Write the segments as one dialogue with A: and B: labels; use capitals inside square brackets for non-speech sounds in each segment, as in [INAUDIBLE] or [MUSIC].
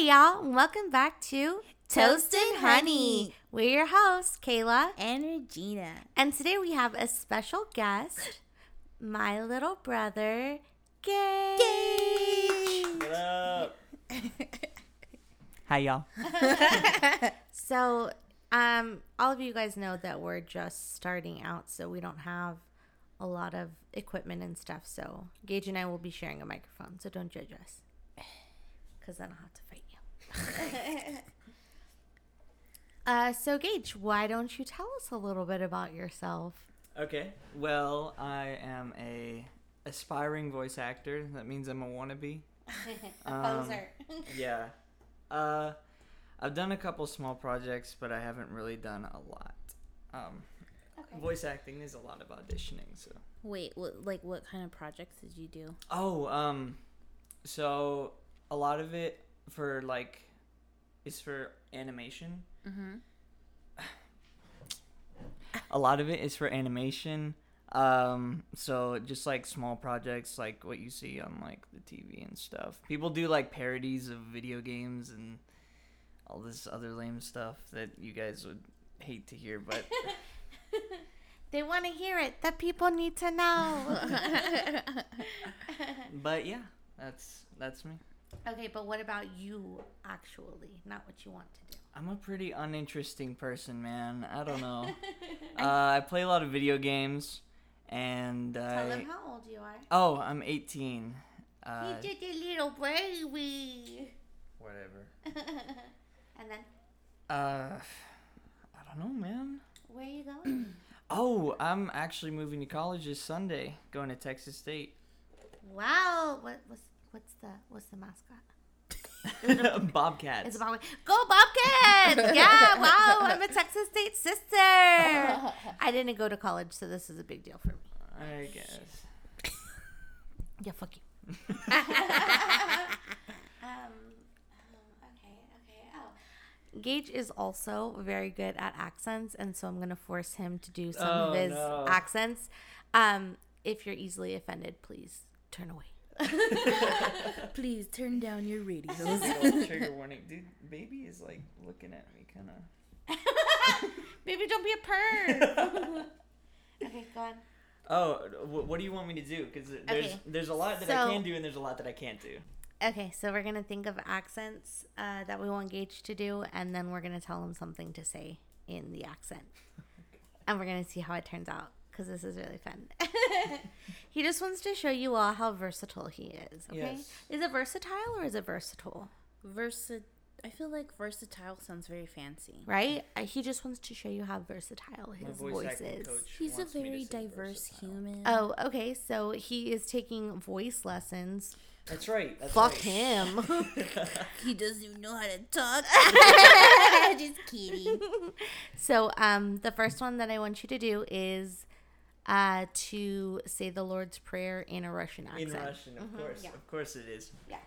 A: y'all, and welcome back to
B: Toasted Honey.
A: We're your hosts, Kayla,
B: and Regina.
A: and today we have a special guest, my little brother, Gage.
C: What up?
D: [LAUGHS] Hi, y'all.
A: [LAUGHS] So, um, all of you guys know that we're just starting out, so we don't have a lot of equipment and stuff. So, Gage and I will be sharing a microphone, so don't judge us, [SIGHS] because then I'll have to fight you. [LAUGHS] Uh, so, Gage, why don't you tell us a little bit about yourself?
D: Okay. Well, I am a aspiring voice actor. That means I'm a wannabe. Um,
A: [LAUGHS]
D: Yeah. Uh, I've done a couple small projects, but I haven't really done a lot. Um, Voice acting is a lot of auditioning, so.
B: Wait, what, like what kind of projects did you do?
D: Oh, um, so a lot of it for like is for animation. Mm-hmm. [SIGHS] a lot of it is for animation. Um, so just like small projects, like what you see on like the TV and stuff. People do like parodies of video games and all this other lame stuff that you guys would hate to
A: [LAUGHS]
D: hear, but
A: They want to hear it. The people need to know. [LAUGHS]
D: but yeah, that's that's me.
A: okay, but what about you actually? Not what you want to do.
D: I'm a pretty uninteresting person, man. I
A: [LAUGHS]
D: don't know. uh, I play a lot of video games, and
A: Tell
D: I,
A: them how old you are.
D: oh, I'm 18. Uh,
A: you did a little baby.
D: whatever.
A: [LAUGHS] and then
D: Uh, I don't know, man.
A: where are you going?
D: Oh, I'm actually moving to college this Sunday, going to Texas
A: [LAUGHS]
D: State. [LAUGHS]
A: wow. What what's what's the what's the mascot?
D: Bobcats.
A: It's a Bobcat. Go [LAUGHS] Bobcats! yeah. Wow. I'm a Texas State sister. [LAUGHS] I didn't go to college, so this is a big deal for me.
D: I guess.
A: Yeah. Fuck you. [LAUGHS] Um, okay, okay. Oh, Gage is also very good at accents, and so I'm gonna force him to do some of
D: Oh,
A: his
D: no.
A: accents. Um, if you're easily offended, please turn away.
B: Please turn down your radios.
A: [LAUGHS]
D: Trigger warning, dude. Baby is like looking at me, kind of.
A: Baby, don't be a perv. [LAUGHS] okay, go on.
D: Oh, wh- what do you want me to do? Because there's
A: Okay.
D: there's a lot that
A: So-
D: I can do and there's a lot that I can't do.
A: Okay, so we're gonna think of accents uh, that we want Gage to do, and then we're gonna tell him something to say in the accent,
D: [LAUGHS]
A: and we're gonna see how it turns out because this is really fun. [LAUGHS] he just wants to show you all how versatile he is. Okay,
D: Yes.
A: is it versatile or is it versatile?
B: Versa I feel like versatile sounds very fancy.
A: Right? Uh, He just wants to show you how versatile
D: My
A: his
D: voice
A: voice
D: acting
A: is.
D: coach
B: He's a
D: wants me to
B: very
D: say
B: diverse
D: versatile.
B: human.
A: Oh, okay. So he is taking voice lessons.
D: That's right. That's
A: Fuck
D: right. [LAUGHS]
A: him.
B: He doesn't even know how to talk. [LAUGHS] Just kidding.
A: So, um, the first one that I want you to do is uh, to say the Lord's Prayer in a Russian accent.
D: In Russian, of course,
A: Mm-hmm, yeah.
D: of course it is.
A: Yeah. [LAUGHS]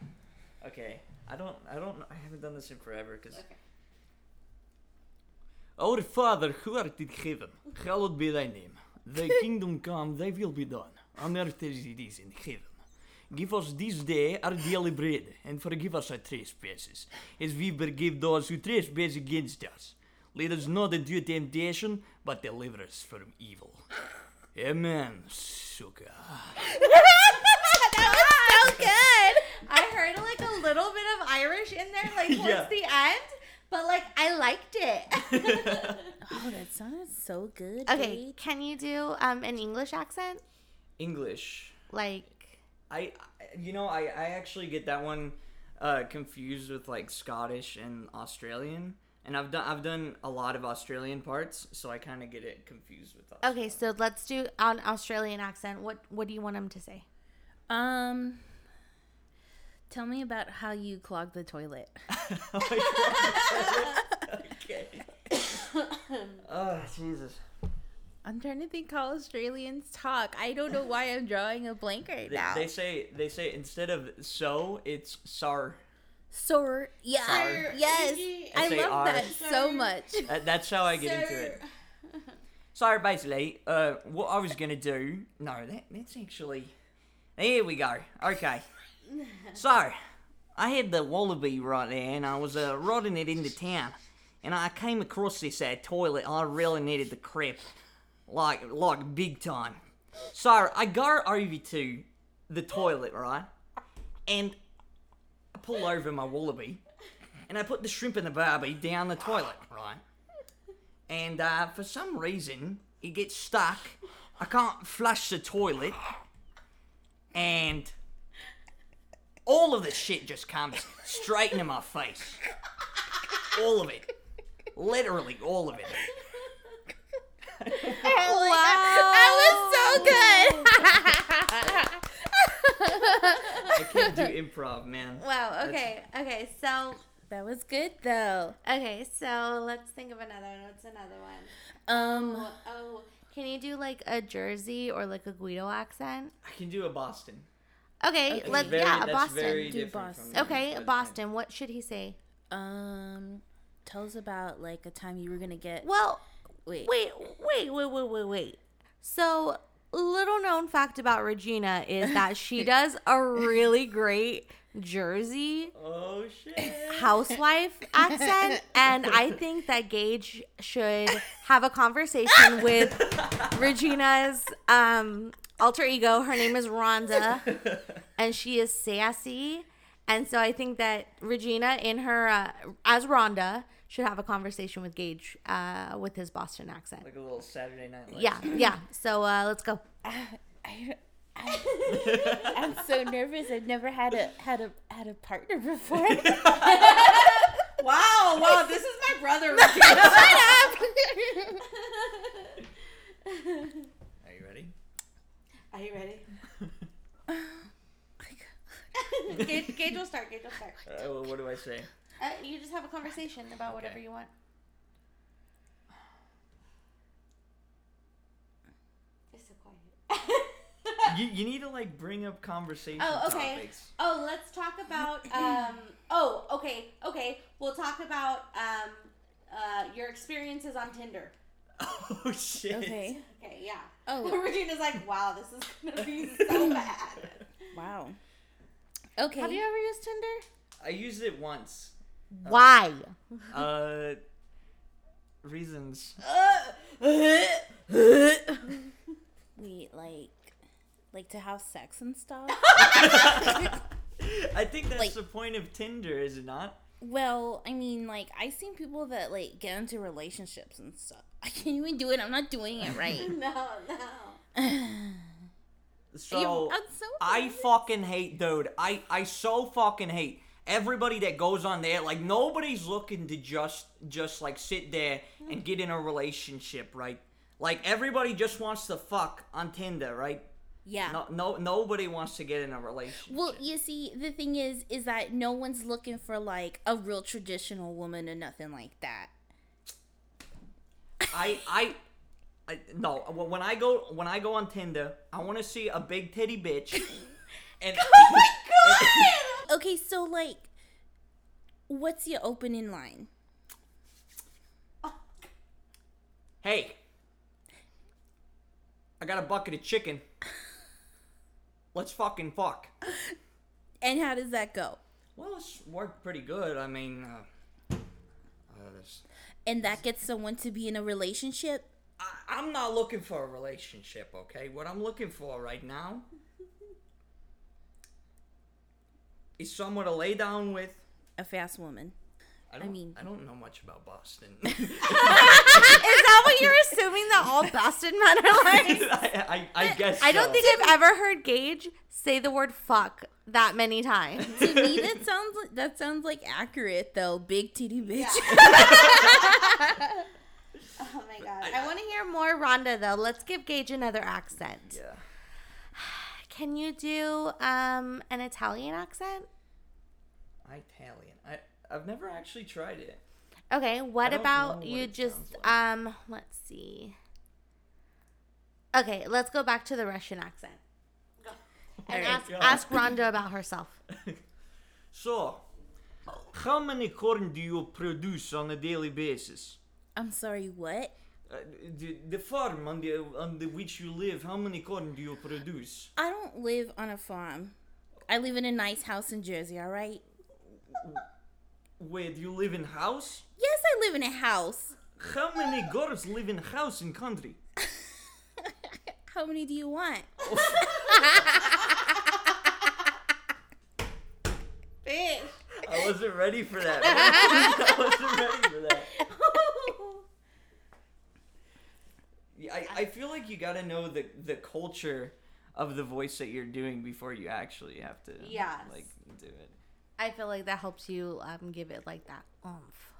D: Okay, I don't, I don't, I haven't done this in forever because. Our Father who art in heaven, hallowed be thy name. Thy kingdom come, thy will be done, on earth as it is in heaven. Give us this day our daily bread, and forgive us our trespasses, as we forgive those who trespass against us. Lead us not into temptation, but deliver us from evil. Amen, suka.
A: [LAUGHS] that was so good. I heard like a little bit of Irish in there, [LAUGHS] like towards
D: Yeah.
A: the end, but like I liked it.
B: Oh, that sounded so good.
A: [LAUGHS] okay, [LAUGHS]
B: babe.
A: can you do um, an English accent?
D: English.
A: Like,
D: I, I- you know, I, I actually get that one uh, confused with like Scottish and Australian, and I've done I've done a lot of Australian parts, so I kind of get it confused with. Australia. [LAUGHS]
A: okay, so let's do an Australian accent. What What do you want him to say?
B: Um Tell me about how you clogged the toilet.
D: Okay. oh Jesus!
B: I'm trying to think how Australians talk. I don't know why I'm drawing a blank right
D: They,
B: now.
D: they say they say instead of so it's sar.
B: Sir, yeah,
D: Sir.
B: yes, I
D: S A
B: love
D: R.
B: that so much.
D: That, Uh, that's how I get into it. Sorry, basically, uh, what I was gonna do. No, that, that's actually. Here we go. Okay. So, I had the wallaby right there, and I was uh, riding it into town, and I came across this uh, toilet. I really needed the crap, like like big time. So I go over to the toilet, right, and I pull over my wallaby, and I put the shrimp and the barbie down the toilet, right, and uh, for some reason it gets stuck. I can't flush the toilet, and all of this shit just comes straight into my face. All of it. Literally all of it.
B: That was so good.
D: I can't do improv, man.
A: Wow. Okay. Okay. So.
B: That was good though.
A: Okay. So let's think of another one. What's another one?
B: Um,
A: [LAUGHS] Oh, can you do like a Jersey or like a Guido accent?
D: I can do a Boston.
A: Okay.
B: Okay.
A: Let
E: It's very-
A: Uh, yeah, a
E: that's
A: Boston.
E: very
B: Do
E: different from
B: Boston.
E: the-
A: okay,
E: but-
A: Boston. What should he say?
B: um, tell us about like a time you were gonna get.
A: Well,
B: Wait.
A: wait, wait, wait, wait, wait, wait. So, little known fact about Regina is that she does a really great Jersey
E: Oh shit.
A: housewife accent, and I think that Gage should have a conversation with Regina's um, alter ego. Her name is Rhonda, and she is sassy. And so I think that Regina, in her uh, as Rhonda, should have a conversation with Gage uh, with his Boston accent.
D: Like a little Saturday night. Live.
A: Yeah, yeah. So uh, let's go.
B: I, am so nervous. I've never had a had a had a partner before.
F: Wow, wow, this is my [LAUGHS] brother. Regina.
D: Are you ready?
F: Are
D: [SIGHS]
F: you ready? [LAUGHS] Gage, Gage will start. Gage will start.
D: Uh, well, what do I say?
A: Uh, you just have a conversation about whatever
D: Okay.
A: you want.
F: It's so quiet.
D: [LAUGHS]
F: [LAUGHS]
D: You, you need to like bring up conversation
F: Oh, okay.
D: topics. [LAUGHS]
F: Oh, let's talk about.
D: [CLEARS THROAT]
F: Um, oh, okay, okay. We'll talk about um, uh, your experiences on Tinder.
D: Oh shit.
B: [LAUGHS] okay.
F: Okay, yeah.
B: Oh.
F: [LAUGHS] Regina's like, wow, this is gonna be
D: [LAUGHS]
F: so bad.
B: Wow. Okay.
A: Have you ever used Tinder?
D: I used it once.
A: Why?
D: Uh, reasons.
B: Wait, like, like to have sex and [LAUGHS] stuff.
D: I think that's
B: Like-
D: the point of Tinder, is it not?
B: well, I mean, like I've seen people that like get into relationships and stuff. [LAUGHS] I can't even do it. I'm not doing it right. [LAUGHS]
F: [LAUGHS] No, no.
D: So
B: I'm so
D: I
B: nervous.
D: fucking hate, dude. I I so fucking hate everybody that goes on there. Like nobody's looking to just just like sit there and get in a relationship, right? Like everybody just wants to fuck on Tinder, right?
B: yeah.
D: No, no, nobody wants to get in a relationship.
B: Well, you see, the thing is, is that no one's looking for like a real traditional woman or nothing like that.
D: I I. I, no, wh- when I go when I go on Tinder, I want to see a big titty bitch. And oh my
B: Okay, so like, what's your opening line?
D: Hey, I got a bucket of chicken. Let's fucking fuck.
B: And how does that go?
D: Well, it's worked pretty good. I mean, uh, uh, this-
B: And that gets someone to be in a relationship?
D: I, I'm not looking for a relationship, okay? What I'm looking for right now is someone to lay down with.
B: A fast woman.
D: I, don't,
B: mean-
D: I don't know much about Boston.
A: Is that what you're assuming that all Boston men are like?
D: I, I, I guess.
A: Eh, I don't
D: so.
A: think I've ever heard Gage say the word fuck that many [LAUGHS] times.
B: To me, that sounds like, that sounds like accurate though. Big titty bitch.
F: Oh my god.
A: I want to hear more Rhonda though. Let's give Gage another accent.
D: Yeah.
A: [SIGHS] Can you do um, an Italian accent?
D: Italian. I, I've never actually tried it.
A: Okay, what
D: don't
A: about
D: know what
A: you
D: it
A: just
D: sounds like.
A: um let's see. Okay, let's go back to the Russian accent. And
D: Okay,
A: ask,
D: go.
A: ask Rhonda about herself.
D: So, how many corn do you produce on a daily basis?
B: [LAUGHS] I'm sorry, what?
D: Uh, the, the farm on the on the which you live, how many corn do you produce?
B: I don't live on a farm. I live in a nice house in Jersey, all right?
D: Wait, you live in house?
B: Yes, I live in a house.
D: How many girls live in house in country?
B: How many do you want? [LAUGHS]
F: Bitch.
G: I wasn't ready for
A: [LAUGHS]
D: [LAUGHS]
G: that. man. I wasn't ready for that.
D: Yeah, I, I feel like you gotta know the the culture of the voice that you're doing before you actually have to
F: Yes.
D: like do it.
A: I feel like that helps you um, give it like that oomph.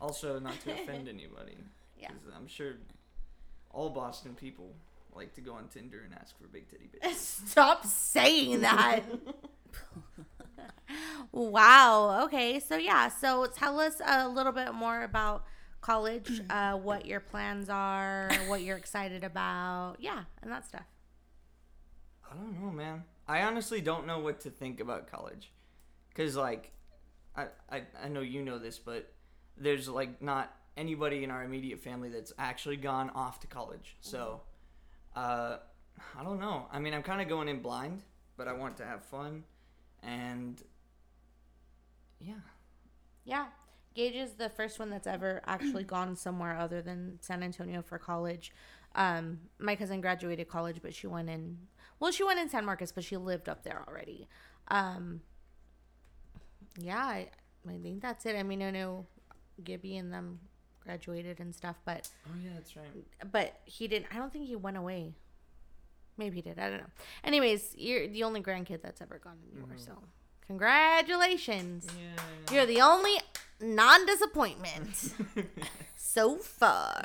D: Also, not to offend anybody.
A: Yeah.
D: 'cause I'm sure all Boston people like to go on Tinder and ask for big titty bitches.
A: Stop
F: [LAUGHS]
A: saying that. wow. Okay. So yeah. So tell us a little bit more about [CLEARS THROAT] college. Uh, what your plans are. What you're excited about. Yeah, and that stuff.
D: I don't know, man. I honestly don't know what to think about college. Cause like I, I I know you know this, but there's like not anybody in our immediate family that's actually gone off to college. So uh I don't know. I mean I'm kinda going in blind, but I want to have fun and yeah.
A: Yeah. Gage is the first one that's ever actually gone somewhere other than San Antonio for college. Um, my cousin graduated college, but she went in, well, she went in San Marcos, but she lived up there already. Um, yeah, I, I think that's it. I mean, I know Gibby and them graduated and stuff, but
D: Oh yeah, that's right.
A: but he didn't. I don't think he went away. Maybe he did. I don't know. Anyways, you're the only grandkid that's ever gone anywhere. So, congratulations.
D: Yeah.
A: You're the only non [LAUGHS] disappointment so [LAUGHS] far.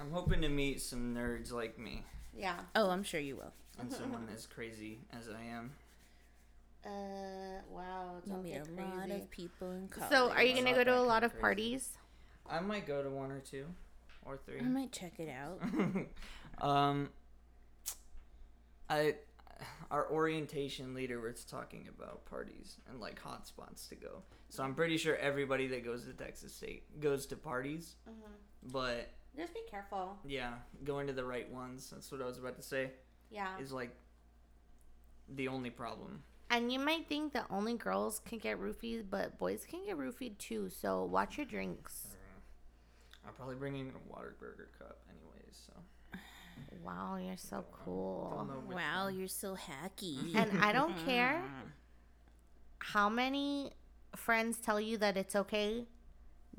D: I'm hoping to meet some nerds like me
A: Yeah.
B: Oh, I'm sure you will.
D: and someone as crazy as I am.
A: Uh, wow.
B: You'll meet a lot of people in college.
A: So, are you
D: I'm
A: going to go
D: not that
A: to a
D: kind
A: lot
D: of
A: of
D: crazy.
A: parties?
D: I might go to one or two or three.
B: I might check it out.
D: [LAUGHS] um, I our orientation leader was talking about parties and like hot spots to go. So I'm pretty sure everybody that goes to Texas State goes to parties. But
A: Just be careful.
D: yeah, going to the right ones. That's what I was about to say.
A: Yeah.
D: Is like the only problem.
A: And you might think that only girls can get roofied, but boys can get roofied too. So, watch your drinks.
D: I'm probably bringing a Waterburger cup anyways. So
A: Wow, you're so
D: don't
A: cool.
D: know which
B: Wow,
D: one.
B: you're so [LAUGHS] hacky.
A: And I don't care how many friends tell you that it's okay,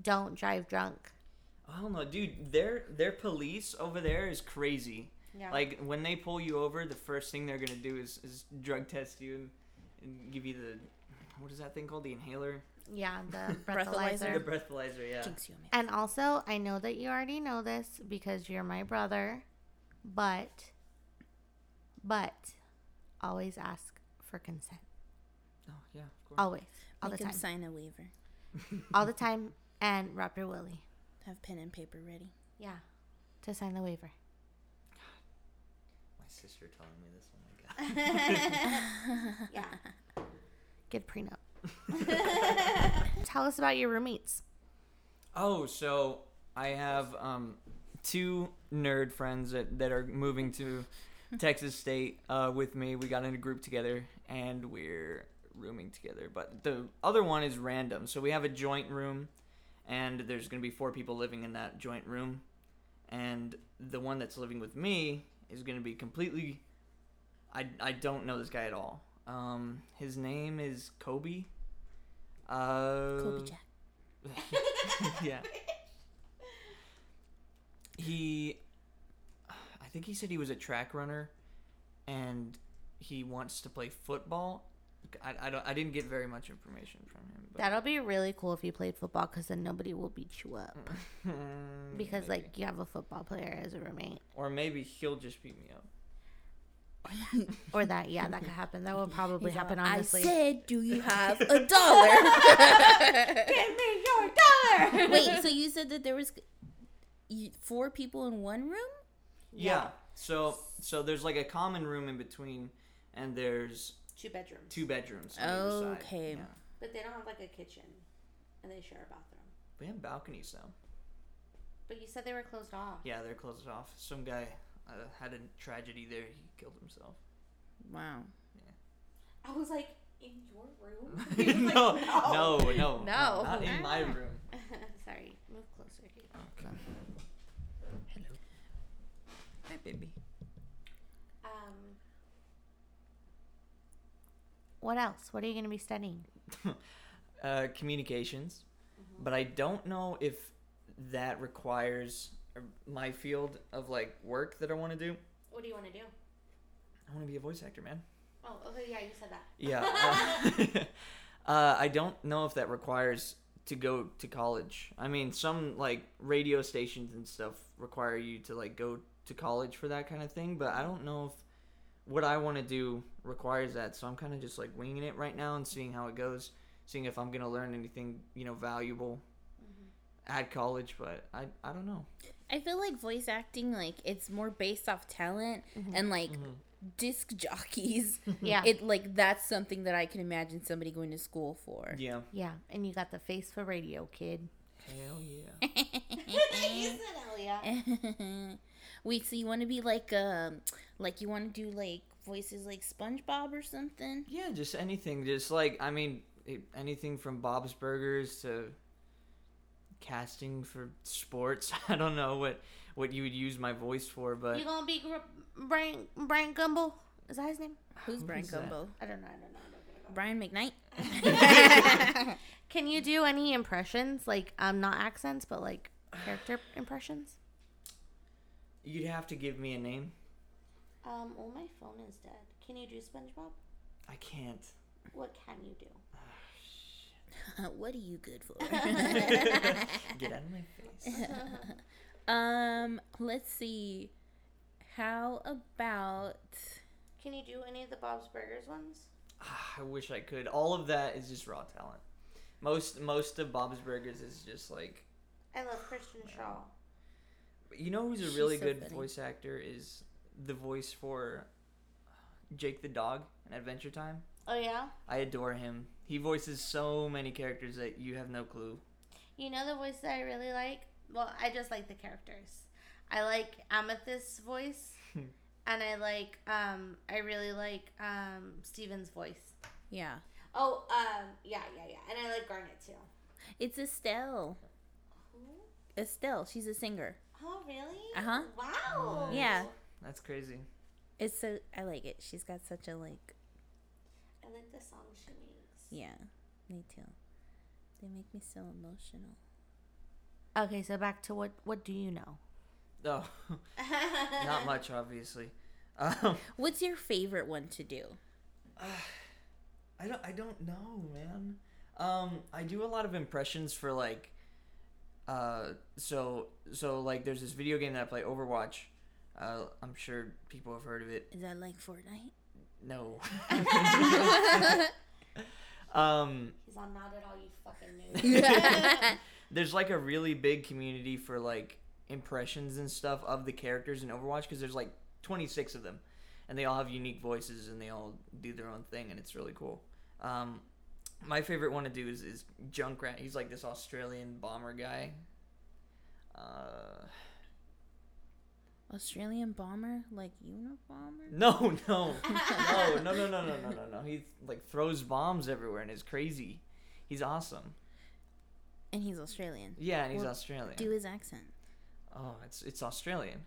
A: don't drive drunk.
D: I don't know, dude. Their their police over there is crazy.
A: Yeah.
D: Like when they pull you over, the first thing they're gonna do is, is drug test you and, and give you the what is that thing called? The inhaler,
A: Yeah, the
D: the
A: breathalyzer.
B: Breathalyzer.
D: breathalyzer. Yeah.
B: Jinx you, man.
A: And also, I know that you already know this because you're my brother, but but always ask for consent.
D: Oh yeah, of course.
A: Always, all
B: Make
A: the
B: him
A: time,
B: sign a waiver.
A: all the time, and wrap your willy.
B: Have pen and paper ready.
A: Yeah, to sign the waiver.
G: My sister telling me this. Oh my god.
F: Yeah.
A: Good [LAUGHS] prenup. Tell us about your roommates.
D: Oh, so I have um two nerd friends that that are moving to Texas State uh, with me. We got in a group together and we're rooming together. But the other one is random. So we have a joint room, and there's gonna be four people living in that joint room. and the one that's living with me is going to be completely I, I don't know this guy at all um his name is kobe uh
B: Kobe Jack.
D: yeah he i think he said he was a track runner and he wants to play football i, I don't i didn't get very much information from him but
A: That'll be really cool if you played football, because then nobody will beat you [LAUGHS] up.
D: Hmm,
A: Because
D: maybe.
A: like you have a football player as a roommate,
D: or maybe he'll just beat me up
A: or that yeah, that could happen.
D: [LAUGHS]
A: That will probably
B: He's all,
A: happen.
B: I
A: Honestly,
B: said, do you have a dollar?
F: [LAUGHS] Give me your
A: [LAUGHS]
F: dollar.
B: [LAUGHS] Wait, so you said that there was you, four people in one room?
D: Yeah. So so there's like a common room in between, and there's
F: Two bedrooms.
D: two bedrooms. On either side.
B: Okay.
D: Yeah.
F: But they don't have like a kitchen, and they share a bathroom.
D: We have balconies though.
A: but you said they were
F: [LAUGHS]
A: closed off.
D: Yeah, they're closed off. Some guy uh, had a tragedy there. He killed himself.
B: Wow.
F: I was like, in your room? He was like,
H: no, no, no,
B: No.
D: Not in my room.
A: Sorry, move closer. Here.
D: Okay. Hello. Hi, baby.
F: Um,
A: What else? What are you going to be
D: [LAUGHS]
A: studying?
D: Uh, communications, but I don't know if that requires uh, my field of like work that I want to do.
F: what do you want to do?
D: I want to be a voice actor, man.
F: Oh, okay, yeah, you said that.
D: Yeah. uh, uh, I don't know if that requires to go to college. I mean, some like radio stations and stuff require you to like go to college for that kind of thing, but I don't know if what I want to do requires that. So I'm kind of just like winging it right now and seeing how it goes, seeing if I'm going to learn anything, you know, valuable Mm-hmm. at college, but I I don't know.
B: I feel like voice acting, like it's more based off talent and like disc jockeys.
A: Yeah.
B: It like that's something that I can imagine somebody going to school for.
D: Yeah.
A: yeah, and you got the face for radio, kid.
D: Hell yeah.
A: Eh.
F: [LAUGHS] you said hell yeah.
B: [LAUGHS] Wait, so you want to be like um, like you want to do like voices like SpongeBob
D: [SIGHS]
B: or something?
D: yeah, just anything. Just like I mean, it, anything from Bob's Burgers to casting for sports. [LAUGHS] I don't know what what you would use my voice for, but
A: You gonna be Gr- Brian Brian Gumble? Is that his name?
B: Who's Brian
D: is that?
B: Gumbo?
A: I don't know. I don't know. I don't know.
B: Brian McKnight. [LAUGHS]
A: Can you do any impressions? Like, um, not accents, but like character impressions.
D: you'd have to give me a name.
F: Um, well, my phone is dead. Can you do SpongeBob?
D: I can't.
F: What can you do?
B: what are you
D: [LAUGHS]
B: good for? [LAUGHS]
D: Get out of my face.
B: um, let's see. How about
F: Can you do any of the Bob's Burgers ones?
D: Ah, I wish I could. All of that is just raw talent. Most most of Bob's Burgers is just like
F: I love Christian Shaw.
D: you know who's
B: She's
D: a really
B: so
D: good
B: funny.
D: voice actor is the voice for Jake the dog in Adventure Time.
F: Oh, yeah?
D: I adore him. He voices so many characters that you have no clue.
F: You know the voice that I really like? Well, I just like the characters. I like Amethyst's voice, and I like, um, I really like, um, Steven's voice.
B: yeah?
F: Oh, um, yeah, yeah, yeah. And I like Garnet too.
B: It's Estelle.
F: Who?
B: Estelle. She's a singer.
F: Oh, really?
B: Uh-huh.
F: Wow.
B: Yeah.
D: That's crazy.
B: It's so I like it. She's got such a like.
F: I like the song she makes.
B: Yeah, me too. They make me so emotional.
A: Okay, so back to what what do you
F: [LAUGHS]
A: know?
D: Oh, [LAUGHS] not much, obviously. Um,
B: What's your favorite one to do?
D: I don't. I don't know, man. Um, I do a lot of impressions for like, uh, so so like there's this video game that I play, Overwatch. Uh, I'm sure people have heard of it.
B: Is that like Fortnite?
D: No. [LAUGHS] um,
F: He's on Not At All You Fucking [LAUGHS] Knew.
D: [LAUGHS] there's like a really big community for like impressions and stuff of the characters in Overwatch because there's like 26 of them, and they all have unique voices and they all do their own thing and it's really cool. Um, my favorite one to do is, is Junkrat. He's like this Australian bomber guy. Uh, [LAUGHS]
B: Australian bomber, like Unabomber.
D: no,
B: [LAUGHS]
D: no, no, no, no, no, no, no, no, no. He like throws bombs everywhere and is crazy. He's awesome.
B: And he's Australian.
D: Yeah, and he's
B: Well,
D: Australian.
B: Do his accent.
D: oh, it's it's Australian.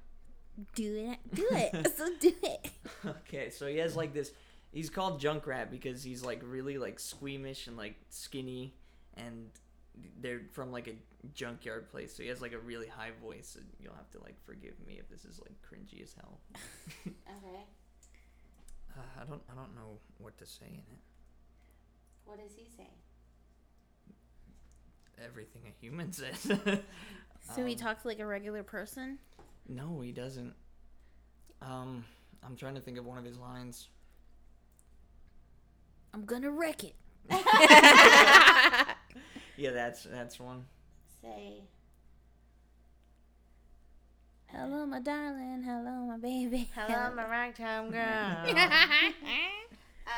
B: Do it. Do it. [LAUGHS] so do it.
D: Okay, so he has like this. He's called Junkrat because he's like really like squeamish and like skinny, and they're from like a junkyard place. So he has like a really high voice. And you'll have to like forgive me if this is like cringy as hell.
F: okay.
D: Uh, I don't I don't know what to say in it.
F: What does he say?
D: Everything a human [LAUGHS] says.
B: So he talks like a regular person.
D: no, he doesn't. Um, I'm trying to think of one of his lines.
B: I'm gonna wreck it.
D: Yeah, that's that's one.
F: Say,
B: Hello, my darling. Hello, my baby. [LAUGHS]
A: Hello, I'm a ragtime girl.
F: [LAUGHS] um,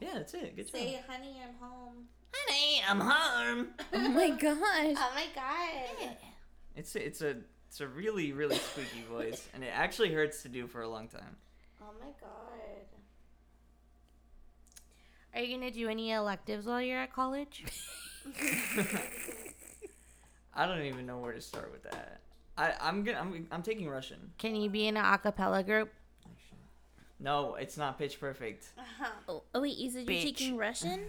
D: Yeah, that's it. Good job. Um,
F: say, honey, I'm home.
D: Honey, I'm home.
B: oh my gosh.
F: Oh my god.
D: It's a, it's a it's a really really squeaky voice, and it actually hurts to do for a long time. [LAUGHS]
F: Oh my god.
A: Are you gonna do any electives while you're at college?
D: I don't even know where to start with that. I, I'm gonna I'm, I'm taking Russian.
A: Can you be in an a cappella group?
D: No, it's not pitch perfect.
B: Oh, oh wait, you said you're taking Russian?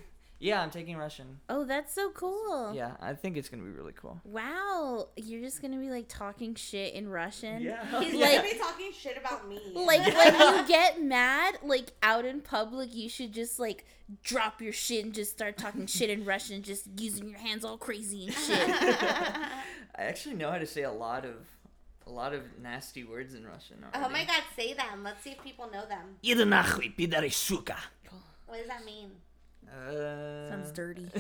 D: Yeah, I'm taking Russian.
B: Oh, that's so cool.
D: Yeah, I think it's gonna be really cool.
B: Wow, you're just gonna be like talking shit in Russian.
D: Yeah.
F: [LAUGHS] He's
B: Like-
F: literally talking shit about [LAUGHS] me.
B: Like when
D: [LAUGHS]
B: you get mad, like out in public, you should just like drop your shit and just start talking shit in Russian, just using your hands all crazy and [LAUGHS]
D: [LAUGHS]
B: shit.
D: I actually know how to say a lot of a lot of nasty words in Russian.
F: Oh
D: already.
F: my god, say them. Let's see if people know them.
H: Иди нахуй, пидоры, сука.
F: What does that mean?
D: Uh,
B: Sounds dirty.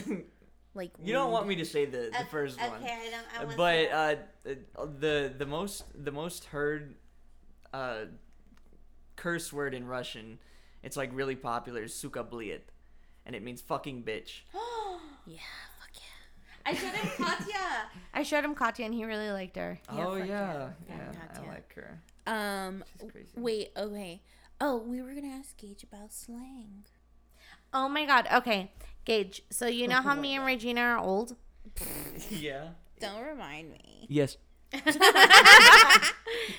B: Like
D: [LAUGHS] You don't
B: rude.
D: want me to say the, the
F: Ok-
D: first
F: okay,
D: one.
F: I don't. I want [GASPS]
D: but uh, the the most the most heard uh, curse word in Russian, it's like really popular is suka bliet, and it means fucking bitch.
B: Yeah, fuck yeah.
F: I should have Katya.
A: I showed him Katya and he really liked her.
D: oh yeah,
B: fuck [LAUGHS] yeah.
D: yeah,
B: Yeah, God,
D: I
B: yeah.
D: like her.
B: Um,
D: She's crazy.
B: wait, okay. Oh, we were gonna ask Gage about slang.
A: Oh my god. Okay, Gage. So you know how me and Regina are old.
D: [LAUGHS] yeah.
B: Don't remind me.
H: Yes.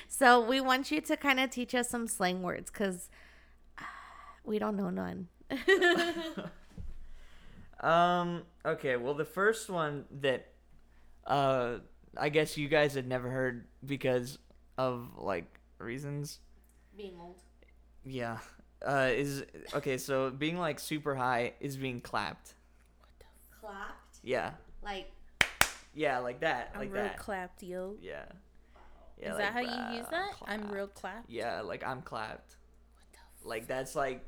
A: So we want you to kind of teach us some slang words because [SIGHS] we don't know none.
D: Um. Okay. Well, the first one that, uh, I guess you guys had never heard because of like reasons.
F: Being old.
D: Yeah. Uh, is okay. So being like super high is being clapped.
F: Clapped.
D: Yeah.
F: Like,
D: Yeah, like that.
B: I'm
D: like
B: real
D: that.
B: clapped, yo.
D: yeah. yeah.
B: Is that how
D: like,
B: you use
D: "Bruh,
B: that? I'm
D: clapped."
B: real clapped.
D: Yeah, like I'm clapped.
B: the
D: Like that's like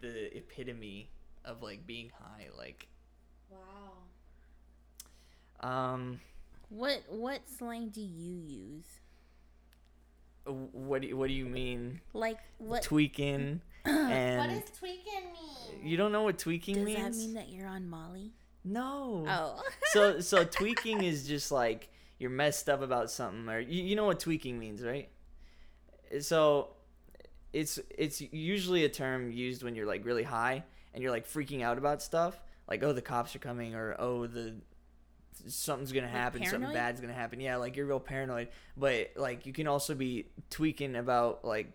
D: the epitome of like being high. Like
F: wow.
D: um,
B: What what slang do you use?
D: w- what do you, what do you mean
B: Like what [CLEARS THROAT]
D: tweaking?
F: What
D: and
F: does tweaking mean?
D: you don't know what tweaking
B: does
D: means?
B: that mean that you're on Molly?
D: no.
B: Oh. [LAUGHS]
D: so so tweaking is just like you're messed up about something or you, you know what tweaking means right so it's it's usually a term used when you're like really high and you're like freaking out about stuff like oh the cops are coming or oh the something's gonna happen something
B: paranoid?
D: bad's gonna happen yeah like you're real paranoid but like you can also be tweaking about like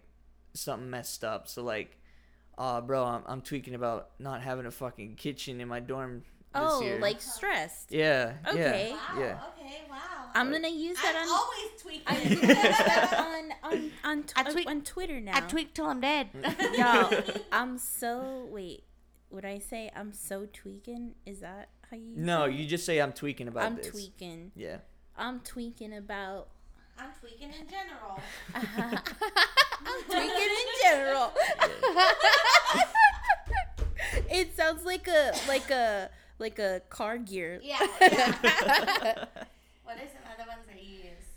D: something messed up so like uh bro i'm, I'm tweaking about not having a fucking kitchen in my dorm this
B: oh,
D: year.
B: like stressed.
D: Yeah. yeah,
B: Okay.
F: Wow.
D: Yeah.
F: Okay. Wow.
B: I'm gonna use that
F: I'm
B: on
F: always
B: I
F: tweaking.
B: use that on on on,
A: I
B: tw-
A: tweak-
B: on Twitter now.
A: I tweak till I'm dead.
D: [LAUGHS]
A: [LAUGHS]
B: Yo, I'm so wait. Would I say I'm so tweaking? Is that how you? use
D: No,
B: it?
D: you just say I'm tweaking about
B: I'm
D: this.
B: tweaking.
D: Yeah.
F: [LAUGHS]
D: [LAUGHS]
B: I'm tweaking about
F: [LAUGHS]
B: [LAUGHS]
F: I'm tweaking in general. [LAUGHS]
B: tweaking in general. [LAUGHS] it sounds like a like a like a car gear.
F: Yeah. yeah. what are some other ones that you use?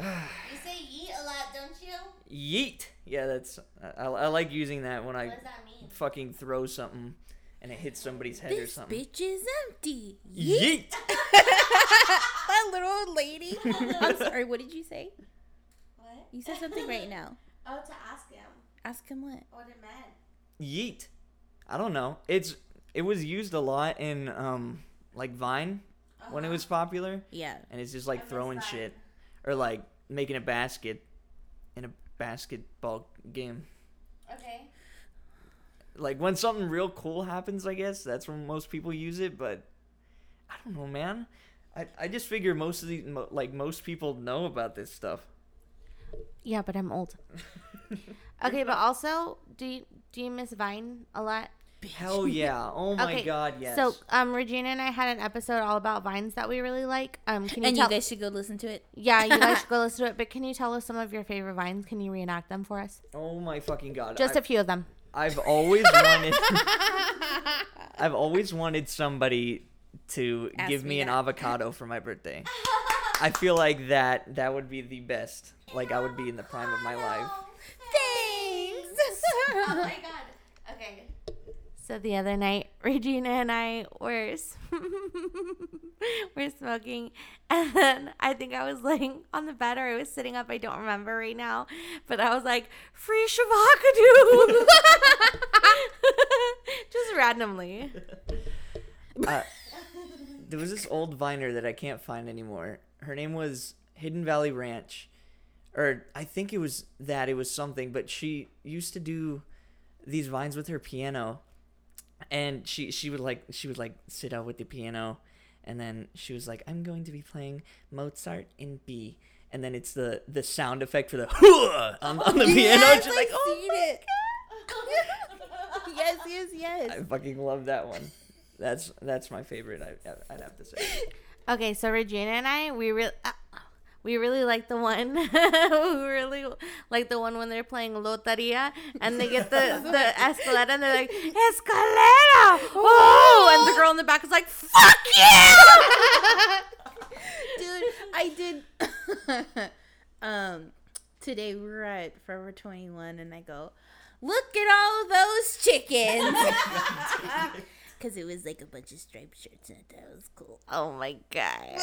F: You say yeet a lot, don't you?
D: Yeet. Yeah, that's I, I like using that when I
F: What does that mean?
D: fucking throw something and it hits somebody's head or
B: This
D: something.
B: bitch is empty. Yeet.
D: Yeet.
B: that little old lady. I'm sorry. What did you say?
F: What?
B: You said something
F: [LAUGHS]
B: right now.
F: Oh, to ask him
B: Ask him what.
A: Oh,
F: what it meant.
D: Yeet. I don't know. It's it was used a lot in um like Vine when it was popular
B: Yeah.
D: and it's just like
F: Uh-huh. miss
D: throwing
F: Vine.
D: shit or like making a basket in a basketball game.
A: Uh-huh.
F: Okay.
D: like when something real cool happens i guess that's when most people use it but i don't know man i, I just figure most of these mo- like most people know about this stuff
A: yeah, but I'm old. Okay, but also, do you, do you miss Vine a lot? [LAUGHS]
D: hell yeah oh my
A: Okay,
D: god yes
A: So, um, Regina and I had an episode all about vines that we really like. Um, can you
B: And
A: tell?
B: you guys should go listen to it.
A: yeah, you guys should go listen to it. But can you tell us some of your favorite vines? Can you reenact them for us?
D: oh my fucking god
A: Just
D: I,
A: a few of them.
D: i've always
A: [LAUGHS]
D: wanted [LAUGHS] i've always wanted somebody to
B: Ask
D: give me,
B: me
D: an
B: that.
D: avocado for my
A: [LAUGHS]
D: birthday i feel like that that would be the best like i would be in the prime of my life
F: Oh,
A: [LAUGHS]
B: Thanks.
F: oh my god. Okay.
A: So the other night, Regina and I were s- [LAUGHS] we're smoking, and then I think I was laying on the bed or I was sitting up. I don't remember right now, but I was like, "Free shavakadu," [LAUGHS] just randomly.
D: Uh, there was this old viner that I can't find anymore. Her name was Hidden Valley Ranch, or I think it was that it was something. But she used to do these vines with her piano, and she she would like she would like sit out with the piano, and then she was like, "I'm going to be playing Mozart in B." And then it's the the sound effect for the [LAUGHS] on, on the piano.
B: Yes,
D: She's like,
B: I've
D: "Oh
B: seen it. [LAUGHS] yes, yes, yes.
D: "Oh, I fucking love that one. That's that's my favorite. I, I'd have to say.
A: Okay, so Regina and I, we really, uh, we really like the one, [LAUGHS] we really like the one when they're playing loteria and they get the the escalera and they're like escalera, oh, and the girl in the back is like fuck you.
B: dude i did [COUGHS] um today we were at forever 21 and i go look at all those chickens [LAUGHS] because it was like a bunch of striped shirts and that was cool
A: [LAUGHS] oh my god.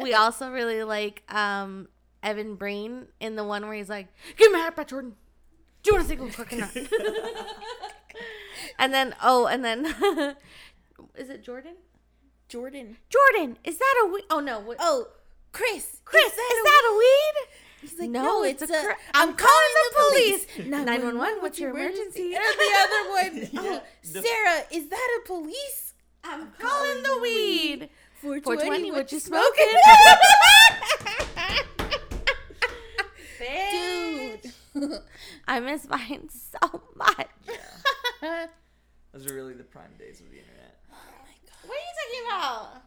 B: [LAUGHS]
A: we also really like um Evan Brain in the one where he's like, "Give me a hat, Pat Jordan. Do you want to take a quick nap?" [LAUGHS] and then oh, and then [LAUGHS] is it Jordan?
B: jordan
A: Jordan, is that a weed? Oh no, what-
B: oh chris
A: Chris, is that a weed?
B: he's like
A: no,
B: no,
A: it's
B: it's,
A: a
B: a.
A: cr-
B: i'm, calling the police
A: 911, what's your emergency?
B: and the other [LAUGHS] one oh, sarah is that a police
A: I'm calling the weed. 420, what you smoking?
B: [LAUGHS] dude
A: [LAUGHS] I miss mine so much.
D: Those are really the prime days of the internet.
F: What are you talking about?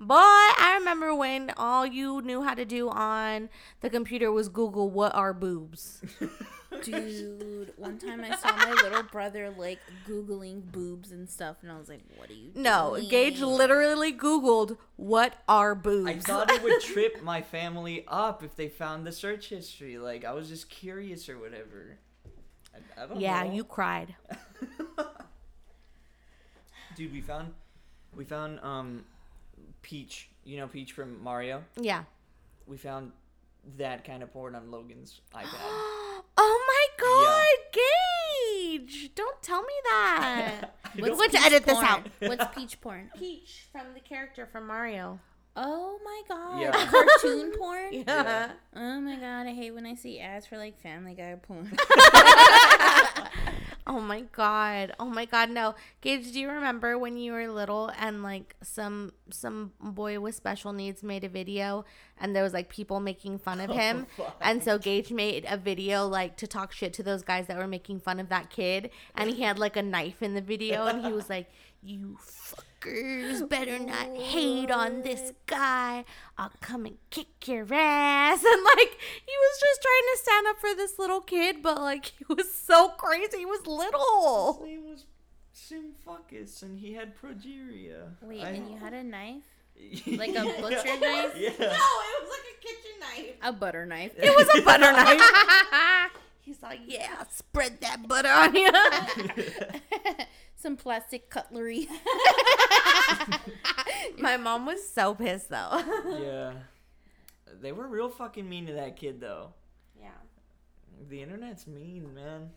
A: Boy, I remember when all you knew how to do on the computer was Google what are boobs.
B: Dude, one time I saw my little brother like googling boobs and stuff, and I was like, "What are you?"
A: No,
B: doing?
A: Gage literally Googled what are boobs.
D: I thought it would trip my family up if they found the search history. Like I was just curious or whatever. I, I don't
A: yeah,
D: know.
A: you cried.
D: Dude, we found we found um Peach. You know Peach from Mario.
A: [LAUGHS] Yeah.
D: We found that kind of porn on Logan's iPad.
A: Oh my
D: Yeah.
A: god, Gage! Don't tell me [LAUGHS] that.
D: [LAUGHS] I
A: We're
D: don't-
B: [LAUGHS]
A: going to edit this
B: Porn.
A: out.
B: What's peach porn?
F: Peach from the character from Mario.
B: Oh my god,
D: Yeah.
B: [LAUGHS] cartoon porn.
D: Yeah.
B: Oh my god, I hate when I see ads for like Family Guy [LAUGHS] porn.
A: Oh my god. Oh my god. No. Gage, do you remember when you were little and like some some boy with special needs made a video and there was like people making fun
D: [LAUGHS] Oh,
A: of him? and so Gage made a video like to talk shit to those guys that were making fun of that kid and he had like a knife in the video and he was like, "You fuckers better not hate on this guy. I'll come and kick your ass." [LAUGHS] And like he was just trying to stand up for this little kid, but like he was so crazy. He was
D: His
A: little.
D: name was Symphucus, and he had progeria.
B: Wait,
D: I-
B: and
D: [LAUGHS]
B: you had a knife,
D: like
B: like a butcher knife,
D: [LAUGHS] Yeah.
F: Oh, it was like a kitchen knife.
B: a butter knife.
D: It was a [LAUGHS] butter
A: He's like, "Yeah, spread that butter on you."
D: [LAUGHS]
B: [LAUGHS] Some plastic [LAUGHS] cutlery.
A: [LAUGHS] My mom was so pissed though.
D: yeah. They were real fucking mean to that kid though.
F: Yeah.
D: The internet's mean, man.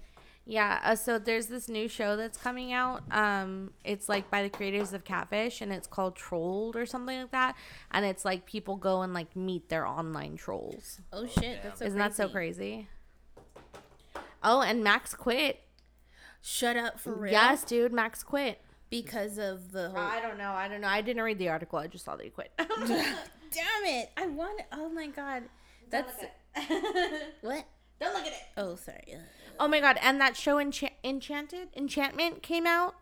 A: Yeah, uh, so there's this new show that's coming out. Um, it's like by the creators of Catfish, and it's called Trolled or something like that. And it's like people go and like meet their online trolls.
B: Oh shit, that's so
A: Isn't that so crazy? Oh, and Max quit.
B: Shut up for real.
A: Yes, dude, Max quit.
B: because of the whole.
A: I don't know. I don't know. I didn't read the article. I just saw that he quit.
B: Damn it! I want. Oh my god, that's what.
F: [LAUGHS] Don't look at it.
B: Oh, sorry. Ugh.
A: oh my god! And that show Encha- Enchanted, Enchantment came out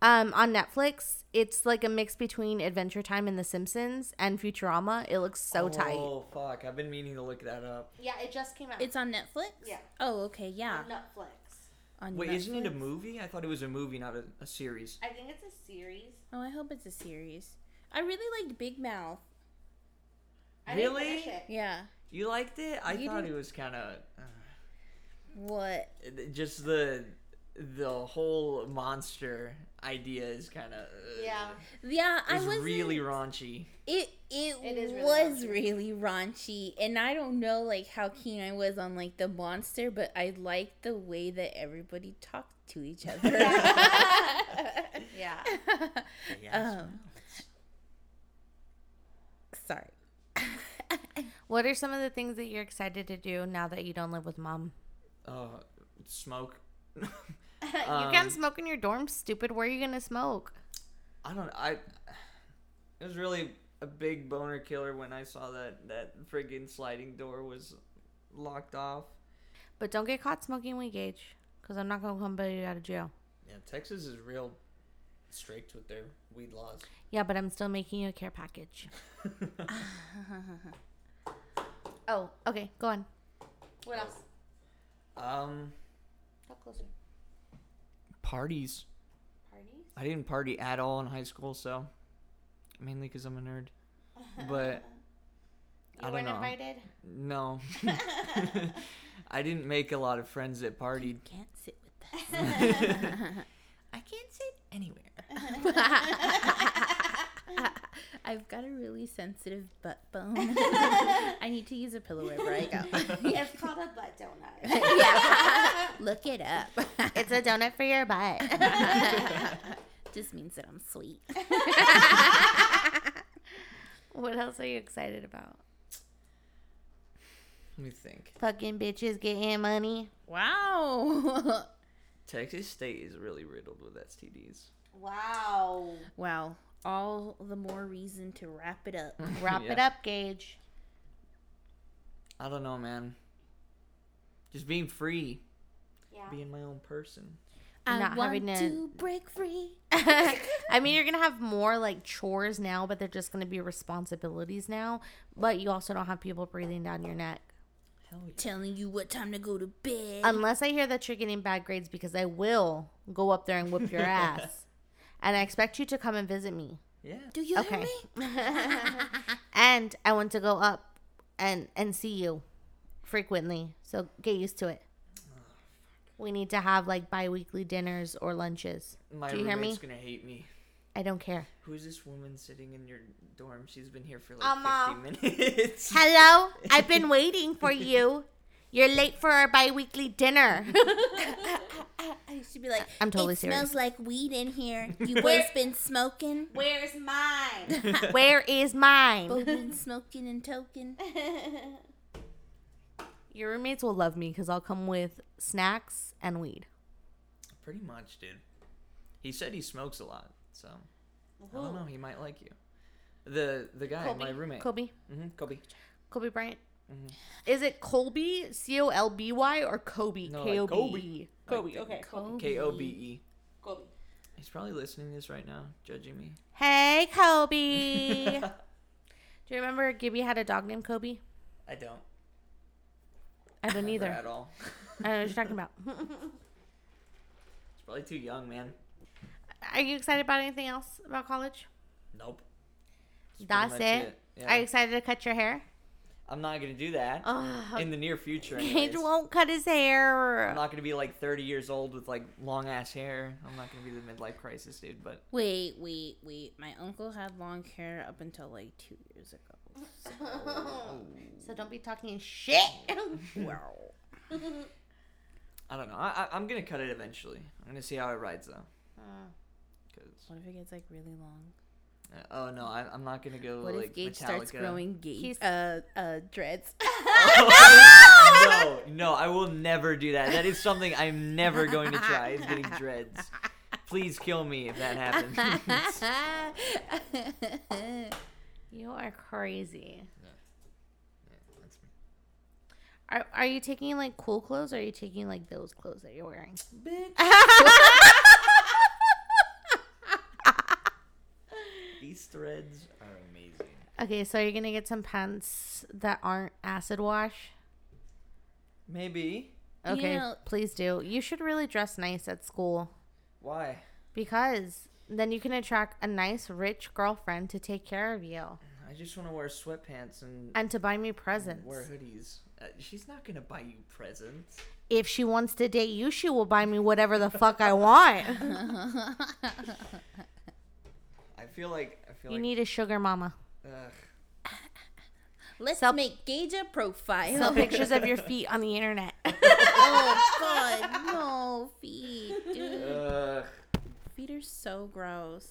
A: um, on Netflix. It's like a mix between Adventure Time and The Simpsons and Futurama. It looks so tight.
D: Oh fuck, I've been meaning to look that up.
F: Yeah, it just came out.
B: It's on Netflix.
F: Yeah.
B: Oh, okay, yeah.
F: Netflix.
B: On
D: Wait, isn't it a
B: Netflix.
D: movie? I thought it was a movie, not a, a series.
F: I think it's a series.
B: Oh, I hope it's a series. I really liked Big Mouth.
F: I didn't
D: Really?
F: finish it.
B: Yeah.
D: You liked it? I
B: You
D: thought
B: didn't-
D: it was kind of
B: What?
D: just the the whole monster idea is kind of
F: Yeah.
B: Yeah, I
D: is
B: was
D: really raunchy.
B: It it,
F: It is really
B: was
F: raunchy.
B: really raunchy, and I don't know like how keen I was on like the monster, but I liked the way that everybody talked to each other.
F: [LAUGHS]
B: [LAUGHS]
F: Yeah.
B: um, sorry. [LAUGHS]
A: What are some of the things that you're excited to do now that you don't live with mom?
D: Uh,
F: [LAUGHS]
D: smoke. [LAUGHS] Uh,
A: you
D: um,
A: can't smoke in your dorm, stupid. Where are you gonna smoke?
D: I don't. I. It was really a big boner killer when I saw that that friggin' sliding door was locked off.
A: But don't get caught smoking weed, Gage, because I'm not gonna come bail you out of jail.
D: Yeah, Texas is real strict with their weed laws.
A: Yeah, but I'm still making you a care package. oh, okay, go on.
F: What else?
D: Um,
F: Talk closer.
D: parties.
F: Parties?
D: I didn't party at all in high school, so mainly because I'm a nerd. But
F: [LAUGHS] You
D: I don't
F: weren't
D: know.
F: invited?
D: No, [LAUGHS] I didn't make a lot of friends that
F: [LAUGHS]
D: partied. [LAUGHS]
B: Can't sit with that.
D: I can't sit anywhere.
B: I've got a really sensitive butt bone.
F: [LAUGHS]
B: I need to use a pillow wherever I go.
F: it's called a butt donut. [LAUGHS]
B: yeah. Look it up.
A: It's a donut for your butt. [LAUGHS]
B: [LAUGHS] Just means that I'm
F: [LAUGHS]
B: sweet. [LAUGHS]
A: [LAUGHS] what else are you excited about?
D: Let me think.
A: Fucking bitches getting money.
B: Wow.
D: Texas State is really riddled with STDs.
F: Wow.
B: Wow. All the more reason to wrap it up.
D: [LAUGHS]
A: Wrap it
D: Yeah.
A: up, Gage.
D: I don't know, man. Just being free,
F: Yeah.
D: being my own person.
B: I
A: Not
B: want
A: having to-
B: to break free.
A: [LAUGHS] I mean, you're gonna have more like chores now, but they're just gonna be responsibilities now. But you also don't have people breathing down your neck.
D: Hell yeah.
B: Telling you what time to go to bed.
A: Unless I hear that you're getting bad grades, because I will go up there and whoop your ass. And I expect you to come and visit me.
D: Yeah.
B: Do you hear
A: Okay.
B: me?
A: [LAUGHS] And I want to go up and and see you frequently. So get used to it. We need to have like bi-weekly dinners or lunches.
D: My
A: Do you hear
D: roommate's
A: me?
D: gonna hate me.
A: I don't care.
D: Who's this woman sitting in your dorm? She's been here for like
F: Amma.
D: 50 minutes. [LAUGHS]
A: Hello? I've been waiting for you. You're late for our bi-weekly dinner. [LAUGHS]
B: I should be like,
A: I'm totally
B: it
A: serious.
B: smells like weed
A: [LAUGHS]
B: in here. You boys been smoking?
F: Where's [LAUGHS] mine?
A: Where is mine?
B: Both been smoking and token.
A: Your roommates will love me cuz I'll come with snacks and weed.
D: Pretty much, dude. He said he smokes a lot, so I don't know. He might like you. The the guy, my roommate, Mm-hmm.
A: Kobe.
D: hmm Kobe.
A: Kobe Bryant. Is it Colby, C O L B Y, or Kobe?
D: No, like
A: K O B
D: Kobe.
A: E.
D: Kobe,
F: okay.
D: K O B E.
F: Kobe.
D: He's probably listening to this right now, judging me.
A: Hey, [LAUGHS] Kobe. Do you remember Gibby had a dog named Kobe?
D: [LAUGHS] I don't.
A: I don't
D: remember
A: either.
D: at all. [LAUGHS]
A: I don't know what you're talking about.
D: He's probably too young, man.
A: [LAUGHS] Are you excited about anything else about college?
D: Nope. pretty
A: That's
D: much
A: it.
D: it, yeah.
A: Are you excited to cut your [SIGHS] hair?
D: I'm not gonna do that
B: Uh,
A: Ugh,
D: in the near future.
A: Gage
D: anyways.
A: won't cut his hair.
D: I'm not gonna be like 30 years old with like long ass hair. I'm not gonna be the midlife crisis dude. But
B: Wait, wait, wait. My uncle had long hair up until like two years ago.
A: So don't be talking shit.
D: [LAUGHS]
B: Wow.
D: I don't know. I, I, I'm gonna cut it eventually. I'm gonna see how it rides though.
B: Uh.
D: 'Cause-
B: What if it gets like really long?
D: uh, oh no, I, I'm not gonna go
B: What
D: like
B: if Gage
D: Metallica.
B: starts
D: [LAUGHS]
B: growing Gage
A: He's-
B: uh uh dreads? [LAUGHS]
D: no, no, I will never do that. That is something I'm never going to try. Is getting dreads. Please kill me if that happens.
A: [LAUGHS]
B: [LAUGHS]
D: [LAUGHS]
A: You are crazy.
D: That's me.
A: Are, are you taking like cool clothes or are you taking like those clothes that you're wearing?
D: These threads are amazing.
A: [LAUGHS] Okay, so you're gonna get some pants that aren't acid wash.
D: Maybe.
A: Okay,
B: know-
A: please do. You should really dress nice at school
D: Why?
A: because then you can attract a nice, rich girlfriend to take care of you.
D: I just want to wear sweatpants and,
A: and to buy me
D: and
A: presents.
D: wear hoodies. Uh, she's not gonna buy you presents.
A: If she wants to date you, she will buy me whatever the fuck I [LAUGHS] want.
D: I feel like I feel
A: You
D: like.
A: need a sugar mama.
D: ugh.
B: Let's
A: Sell-
B: make Gage a profile.
A: [LAUGHS] Sell pictures of your feet on the internet.
B: [LAUGHS] oh god, no feet, dude.
D: Ugh.
B: Feet are so gross.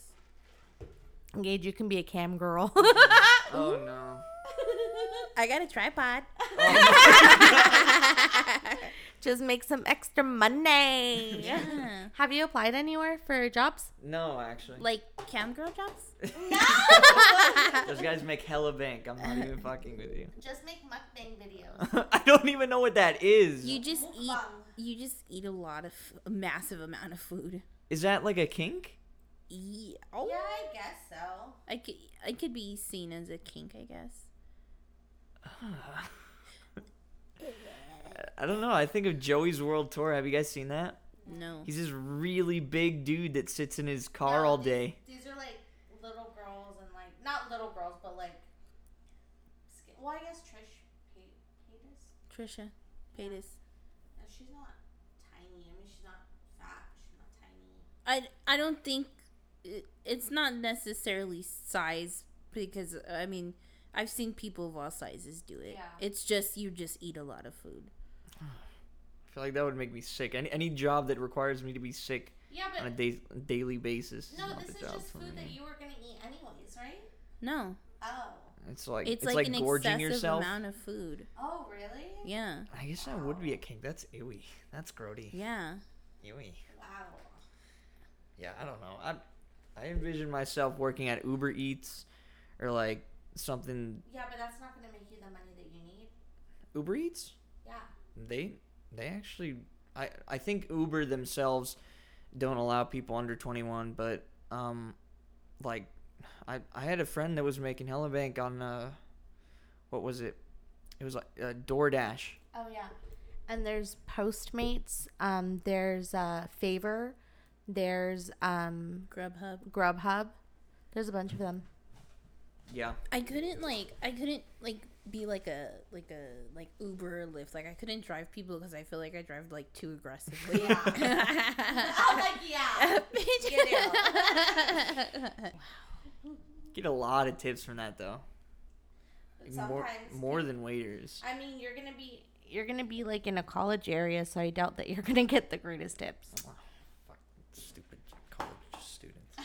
A: [LAUGHS] Gage, you can be a cam [LAUGHS] girl.
D: Oh
A: [LAUGHS]
D: no. Oh,
B: I got a [LAUGHS] tripod.
A: Just make some extra money. [LAUGHS]
B: Yeah.
A: Have you applied anywhere for jobs?
D: No, actually. [LAUGHS]
B: Like cam girl jobs?
D: Those guys make hella bank. I'm not even fucking with you.
F: Just make mukbang videos.
D: [LAUGHS] I don't even know what that is.
B: You just eat
F: Mukbang.
B: you just eat a lot of a massive amount of food.
D: Is that like
A: [LAUGHS]
D: a kink? [SIGHS]
B: Yeah. Oh.
F: Yeah, I guess so.
B: I could I could be seen as a kink, I guess.
D: I don't know. I think of Joey's World Tour. Have you guys seen that?
B: No.
D: He's this really big dude that sits in his car
F: No,
D: all
F: these-
D: day.
F: These are like little girls and like not little girls, but like. skin- Well, I guess Trish Pa- Paytas.
B: Trisha Paytas.
F: No, she's not tiny. I mean, she's not fat. She's not tiny.
B: I I don't think it, it's not necessarily size because I mean I've seen people of all sizes do it.
F: Yeah.
B: It's just you just eat a lot of food.
D: I feel like that would make me sick. Any, any job that requires me to be sick
F: Yeah,
D: on a
F: but
D: day, daily basis. is
F: no,
D: not
F: this
D: the
F: is
D: job
F: just
D: for
F: food
D: me.
F: that you were gonna eat anyways, right?
B: No,
F: Oh.
D: It's like
B: it's,
D: it's,
B: like,
D: like,
B: an
D: gorging
B: excessive
D: yourself.
B: amount of food.
F: Oh, really?
B: Yeah,
D: I guess that would be a kink. That's ewy. That's grody.
B: yeah.
D: Ewy.
F: Wow.
D: Yeah, I don't know. I I envision myself working at Uber Eats or like something
F: Yeah, but that's not gonna make you the money that
B: [LAUGHS]
F: you need.
D: Uber Eats?
F: Yeah.
D: They they actually I I think Uber themselves don't allow people under 21, but um like I I had a friend that was making hella bank on uh what was it? It was like uh, DoorDash.
F: Oh yeah.
A: And there's Postmates. Um, there's uh, Favor. There's um,
B: Grubhub.
A: Grubhub. There's a bunch of them.
D: Yeah.
B: I couldn't like I couldn't like be like a like a like Uber or Lyft. Like I couldn't drive people because I feel like I drive like too aggressively.
F: I'm
B: [LAUGHS]
F: like yeah. [LAUGHS] Get it.
D: Get a lot of tips from that though.
F: But
D: More
F: sometimes
D: more than waiters.
F: I mean, you're gonna be.
A: You're gonna be like in a college area, so I doubt that you're [LAUGHS] gonna get the greatest tips.
D: Fuck stupid college students.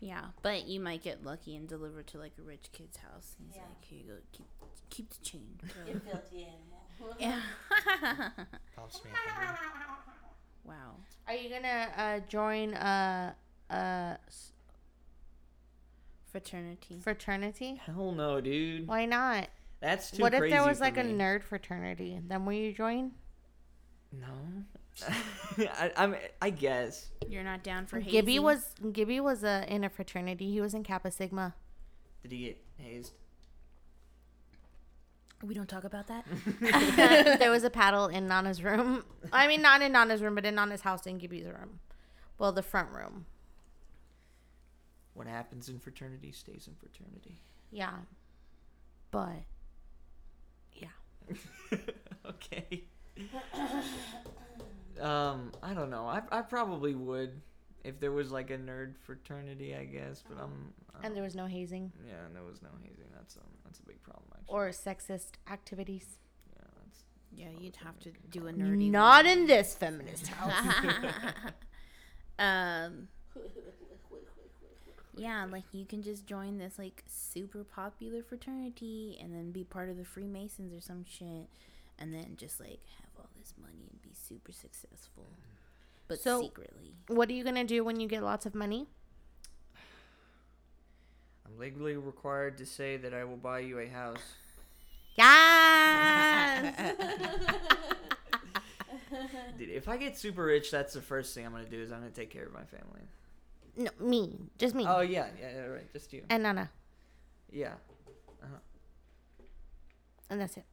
B: Yeah, but you might get lucky and deliver to like a rich kid's house. And he's like, here you go, keep keep the
F: [LAUGHS]
B: change.
F: You're filthy animal.
B: [LAUGHS] yeah. [LAUGHS]
D: Pops me a hundred.
B: wow.
A: Are you gonna uh, join a, a s-
B: Fraternity.
A: fraternity?
D: Hell no, dude.
A: Why not?
D: That's too
A: what
D: crazy.
A: if there was
D: for
A: like a
D: me.
A: nerd fraternity? Then will you join?
D: No. [LAUGHS] I, I'm. I guess.
B: You're not down for hazing?
A: Gibby was Gibby was uh, in a fraternity. He was in Kappa Sigma.
D: Did he get hazed?
B: We don't talk about that.
A: [LAUGHS] there was a paddle in Nana's room. I mean, not in Nana's room, but in Nana's house in Gibby's room. Well, the front room.
D: What happens in fraternity stays in fraternity. [LAUGHS]
A: Yeah, but [COUGHS]
D: okay. um, I don't know. I I probably would if there was like a nerd fraternity, I guess. But I'm. I
A: and there was no hazing
D: don't- yeah, and there was no hazing. That's um, that's a big problem. Actually.
A: or sexist activities.
D: yeah, that's
B: yeah, you'd have to do a nerdy.
A: Not in this feminist house.
D: [LAUGHS]
B: Um. Yeah, like you can just join this like super popular fraternity and then be part of the Freemasons or some shit, and then just like have all this money and be super successful, but
A: So-
B: secretly.
A: [LAUGHS] what are you gonna do when you get lots of money?
D: I'm legally required to say that I will buy you
A: [LAUGHS]
D: a house.
A: Yes. [LAUGHS]
D: Dude, if I get super rich, that's the first thing I'm gonna do is I'm gonna take care of my family.
A: no, me, just me,
D: Oh yeah, yeah, yeah right, just you.
A: and Nana,
D: Yeah.
A: and that's it.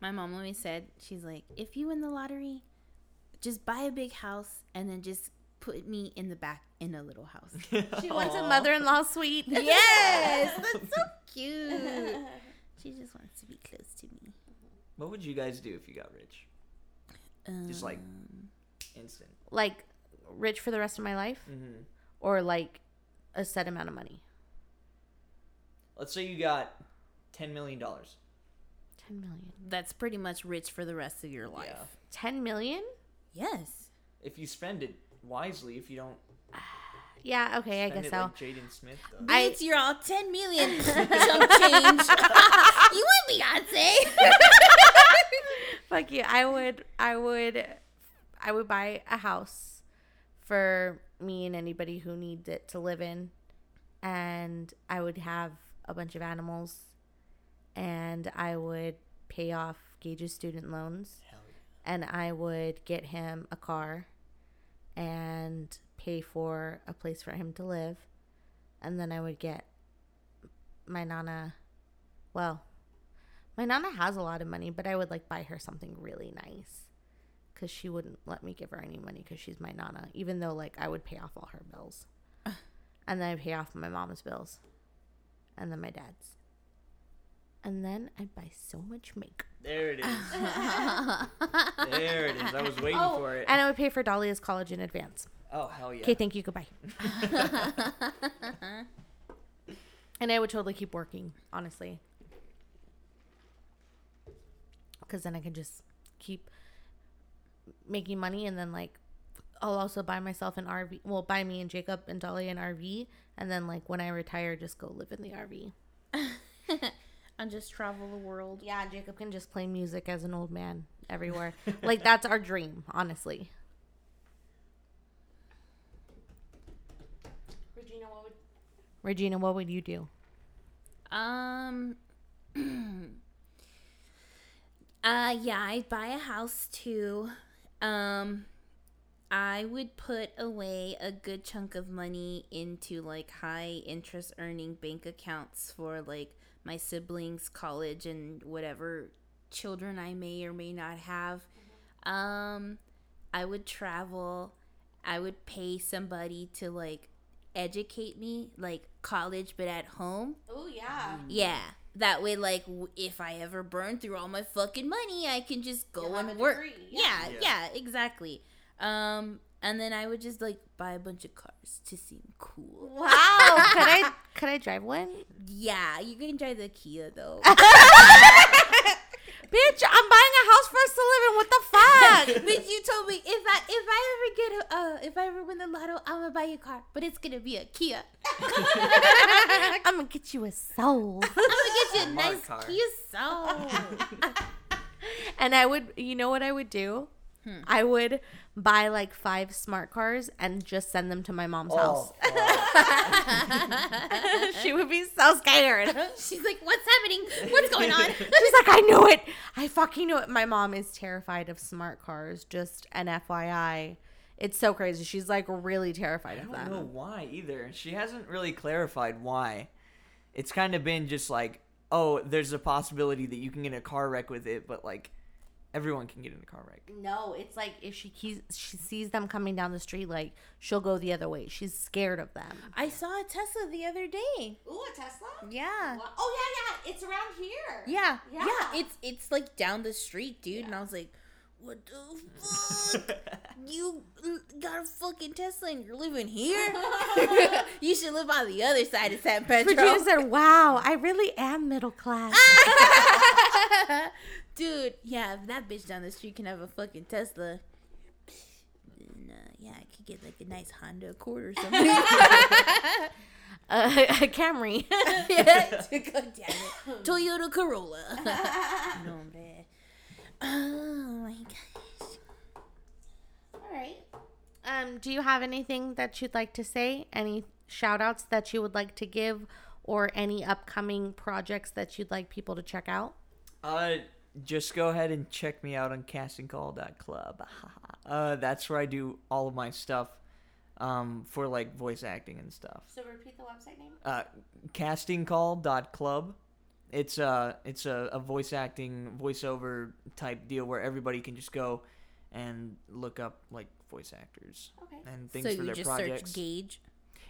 B: My mom always said, she's like, if you win the lottery, just buy a big house and then just put me in the back in a
D: [LAUGHS]
B: little house. [LAUGHS]
A: She wants a mother-in-law suite. [LAUGHS]
B: yes, that's so cute.
D: [LAUGHS]
B: She just wants to be close to me.
D: What would you guys do if you got rich?
B: Um,
D: Just like instant.
A: Like rich for the rest of my life
D: Mm-hmm.
A: or like a set amount of money.
D: Let's say you got ten million dollars.
A: 10 million.
B: that's pretty much rich for the rest of your life.
A: 10 million?
B: Yes.
D: If you spend it wisely, if you don't
A: Yeah, okay, I
D: spend
A: guess
D: it
A: so.
D: like Jaden Smith does.
A: I-
B: Bitch, you're all 10 [LAUGHS] million chump change. [LAUGHS] you want Beyonce?
A: Fuck you. I would I would I would buy a house for me and anybody who needs it to live in. And I would have a bunch of animals and I would pay off Gage's student loans. And I would get him a car and pay for a place for him to live. And then I would get my Nana well, my nana has a lot of money, but I would like buy her something really nice because she wouldn't let me give her any money because she's my nana, even though like I would pay off all her bills. and then I'd pay off my mom's bills and then my dad's. And then I'd buy so much makeup.
D: There it is. there it is. I was waiting for it.
A: Oh, And I would pay for Dahlia's college in advance.
D: Oh hell yeah.
A: Okay, thank you. Goodbye. and I would totally keep working, honestly. Because then I can just keep making money and then, like, I'll also buy myself an RV. Well, buy me and Jacob and Dolly an RV. And then, like, when I retire, just go live in the RV.
B: and just travel the world.
A: Yeah, Jacob can just play music as an old man [LAUGHS] everywhere. like, that's our dream, honestly. Regina, what would Regina, what would you do?
B: Um. [CLEARS THROAT] uh, yeah, I'd buy a house too. Um, I would put away a good chunk of money into like high interest earning bank accounts for like my siblings' college and whatever children I may or may not have. Um, I would travel. I would pay somebody to like educate me, like college, but at home.
F: Oh yeah.
B: Yeah. That way, like, w- if I ever burn through all my fucking money, I can just go
F: You'll have
B: and
F: a
B: work.
F: degree,
B: Yeah.
F: yeah.
B: yeah, exactly. Um, and then I would just like buy a bunch of cars to seem cool.
A: Wow, Oh, could I could I drive one?
B: Yeah, you can drive the Kia though. [LAUGHS]
A: Bitch, I'm buying a house for us to live in. What the fuck?
B: but you told me if I if I ever get a uh, if I ever win the lotto, I'm gonna buy you a car, but it's gonna be a Kia. [LAUGHS]
A: I'm gonna get you a soul. [LAUGHS]
B: I'm gonna get you a
D: Smart
B: nice
D: car.
B: Kia Soul.
A: And I would, you know what I would do? I would buy like five smart cars and just send them to my mom's
D: Oh,
A: house. [LAUGHS]
D: fuck.
B: [LAUGHS]
D: [LAUGHS]
A: she would be so scared.
B: She's like, "What's happening? What's going on?"
A: She's like, I knew it. I fucking knew it. My mom is terrified of smart cars. Just an FYI, it's so crazy. She's like really terrified
D: [LAUGHS] I
A: of
D: don't know
A: them.
D: why either. She hasn't really clarified why. It's kind of been just like, oh, there's a possibility that you can get in a car wreck with it, but like everyone can get in a car wreck.
A: No, it's like if she keys, she sees them coming down the street, like she'll go the other way. She's scared of them.
B: [LAUGHS] I saw a Tesla the other day.
F: Ooh, a Tesla.
B: Yeah.
F: Wow. Oh yeah, yeah. It's around here. [LAUGHS]
A: [LAUGHS]
B: Yeah, yeah,
F: Yeah.
B: It's it's like down the street, dude. And I was like, what the [LAUGHS] fuck?
D: [LAUGHS]
B: you got a fucking Tesla and you're living [LAUGHS] here? you should live on the other side of San Pedro.
A: Regina said, "Wow, I really am middle class."
B: [LAUGHS] dude, yeah, if that bitch down the street can have a fucking Tesla. then, uh, yeah, I could get like a nice Honda Accord or something.
A: [LAUGHS]
B: [LAUGHS]
A: Uh, Camry.
B: God damn
F: [LAUGHS]
B: it. Toyota
A: [LAUGHS]
B: [LAUGHS] Corolla. no, man. Oh my gosh.
A: All right. [LAUGHS] Um, do you have anything that you'd like to say? Any shout outs that you would like to give or any upcoming projects that you'd like people to check out?
D: Uh, just go ahead and check me out on castingcall.club. [LAUGHS] uh, that's where I do all of my stuff um, for like voice acting and stuff.
F: So repeat the website name.
D: Uh, castingcall.club. It's uh it's a, a voice acting voiceover type deal where everybody can just go and look up like voice actors
F: Okay.
D: and things
B: so
D: for
B: you
D: their
B: just
D: projects.
B: search Gage.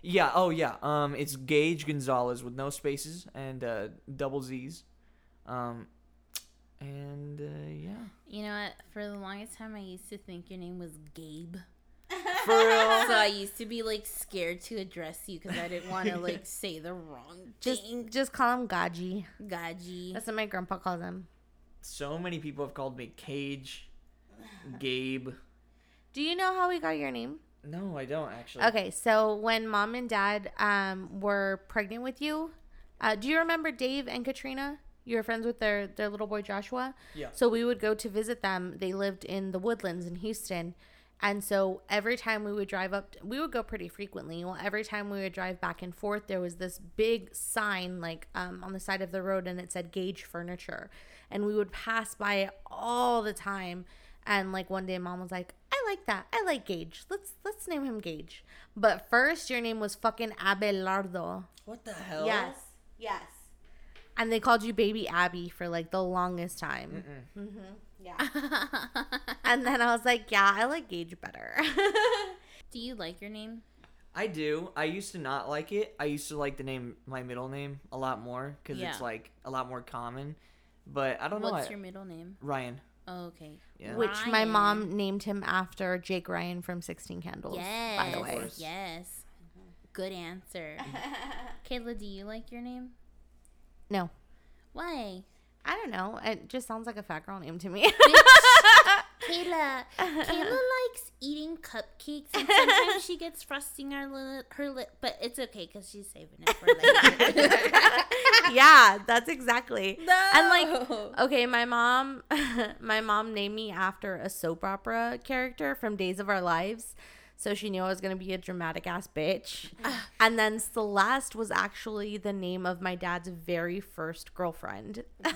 D: yeah, oh yeah. Um, it's Gage Gonzalez with no spaces and uh, double Z's. Um, and uh, yeah.
B: You know what? For the longest time, I used to think your name was
A: [LAUGHS]
B: Gabe.
D: For
B: [LAUGHS]
D: real.
B: So I used to be like scared to address you because I didn't want
D: [LAUGHS]
B: to like say the wrong
A: Just
B: thing.
A: just call him Gaji.
B: Gaji.
A: That's what my grandpa calls him.
D: so many people have called me Cage, Gabe.
A: Do you know how we got your name?
D: No, I don't actually.
A: Okay, so when mom and dad um, were pregnant with you, uh, do you remember Dave and Katrina? You were friends with their their little boy Joshua.
D: Yeah.
A: So we would go to visit them. They lived in the woodlands in Houston, and so every time we would drive up, we would go pretty frequently. Well, every time we would drive back and forth, there was this big sign like um, on the side of the road, and it said Gage Furniture, and we would pass by it all the time. And like one day, mom was like, "I like that. I like Gage. Let's let's name him Gage." But first, your name was fucking Abelardo.
D: What the hell?
A: Yes. Yes. And they called you Baby Abby for like the longest time.
F: [LAUGHS]
A: And then I was like, yeah, I like Gage better.
B: [LAUGHS]
A: [LAUGHS]
B: Do you like your name?
D: I do. I used to not like it. I used to like the name my middle name a lot more because
B: Yeah.
D: it's like a lot more common. But I don't know.
B: What's
D: I-
B: your middle name?
D: Ryan.
B: Oh, okay.
D: Yeah.
A: Which my
B: Ryan.
A: mom named him after Jake Ryan from 16 Candles,
B: Yes.
A: by the way.
B: Yes.
A: [LAUGHS]
B: Good answer. Kayla, do you like your name?
A: No.
B: Why?
A: [LAUGHS] I don't know. It just sounds like a fat girl name to me.
F: [LAUGHS]
A: [LAUGHS]
B: Kayla. [LAUGHS] Kayla likes eating cupcakes, and sometimes she gets frosting our li- her lip, but it's okay because she's saving it for later. [LAUGHS]
A: yeah, that's exactly. And like,
B: No.
A: okay, my mom, [LAUGHS] my mom named me after a soap opera character from Days of Our Lives. So she knew I was gonna be a dramatic ass bitch. and then Celeste was actually the name of my dad's very first girlfriend. [LAUGHS]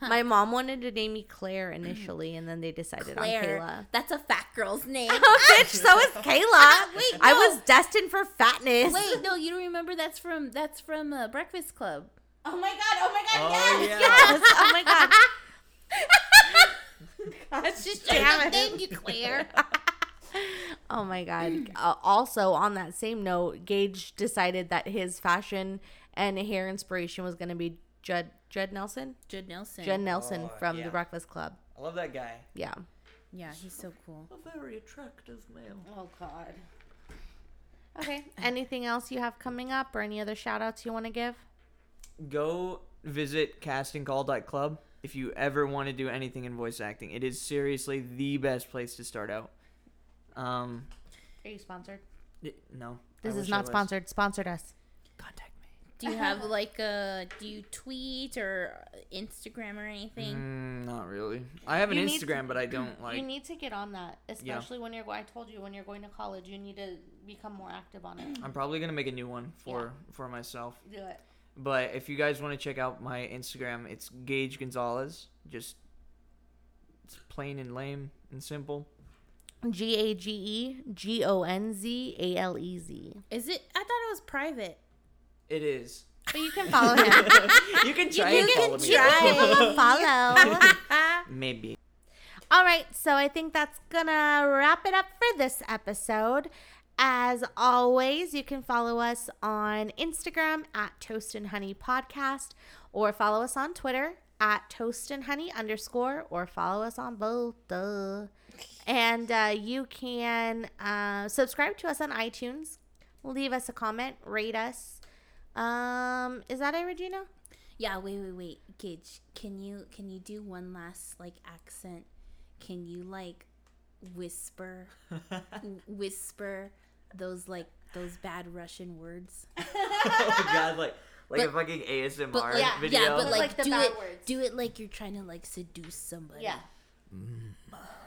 A: my mom wanted to name me Claire initially, and then they decided
B: Claire.
A: on
B: [LAUGHS]
A: Kayla.
B: That's a fat girl's [LAUGHS] name.
A: Bitch, so is Kayla.
B: Wait,
A: I
B: no.
A: was destined for fatness.
B: Wait, no, you don't remember? That's from that's from uh, Breakfast Club.
F: Oh my god! Oh my god!
D: Oh
F: yes!
D: yeah.
A: Yes. Oh my god.
B: Damn it. Thank you, [LAUGHS] Claire.
A: Oh my [CLEARS THROAT] god. uh, also, on that same note, Gage decided that his fashion and hair inspiration was going to be Judd Judd Nelson.
B: Judd Nelson.
A: Judd Nelson
D: Oh,
A: from
D: yeah.
A: The Breakfast Club.
D: I love that guy.
A: Yeah.
B: yeah, he's so cool.
D: A very attractive male.
F: Oh god.
A: Okay. [LAUGHS] Anything else you have coming up or any other shout outs you want to give?
D: Go visit castingcall.club if you ever want to do anything in voice acting. It is seriously the best place to start out. Um,
A: Are you sponsored?
D: y- no. I
A: This
D: wish
A: is
D: I
A: not
D: was.
A: sponsored. Sponsored us.
D: Contact me.
B: Do you have like a do you tweet or Instagram or anything?
D: Mm, not really. I have an
A: You need to- [CLEARS THROAT]
D: Instagram, but I don't like.
A: you need to get on that, especially when you're go- I told you when you're going to college, you need to become more active on it.
D: I'm probably gonna make a new one for for myself.
A: Do it.
D: But if you guys want to check out my Instagram, it's Gage Gonzalez. Just it's plain and lame and simple.
A: G A G E G O N Z A L E Z.
B: Is it? I thought it was private.
D: It is. [LAUGHS]
A: But you can [LAUGHS] follow him.
D: You can try and follow
A: [LAUGHS]
D: me.
A: follow.
D: [LAUGHS] Maybe.
A: All right, so I think that's gonna wrap it up for this episode. As always, you can follow us on Instagram at Toast and Honey Podcast, or follow us on Twitter at Toast and Honey underscore, or follow us on both. Duh. And uh, you can uh, subscribe to us on iTunes, leave us a comment, rate us. Um, is that it, Regina?
B: Yeah. Wait. Wait. Wait. Gage, can you can you do one last like accent? Can you like whisper w- whisper those like those bad Russian words? [LAUGHS]
D: Oh my god, like like a fucking ASMR
B: yeah,
D: video.
B: yeah, but like,
F: like the
B: do
F: bad
B: it
F: words.
B: do it like you're trying to like seduce somebody.
F: Yeah.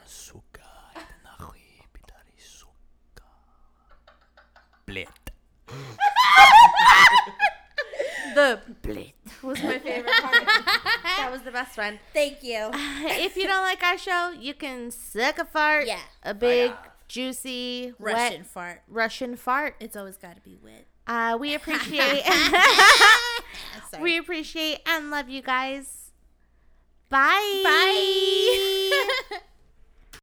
H: Сука, это нахуй, пидоры, сука. Блядь.
B: [LAUGHS]
A: The blit was my favorite part. that was the best one.
B: Thank
F: [LAUGHS]
B: you.
A: [LAUGHS] if you don't like our show, you can suck a fart.
B: Yeah.
F: Uh,
A: A big, juicy,
B: Russian
A: wet
B: fart.
A: Russian fart.
B: It's always got to be wet.
A: Uh, we appreciate
B: I'm
A: [LAUGHS]
B: sorry.
A: we appreciate and love you guys. Bye.
B: Bye.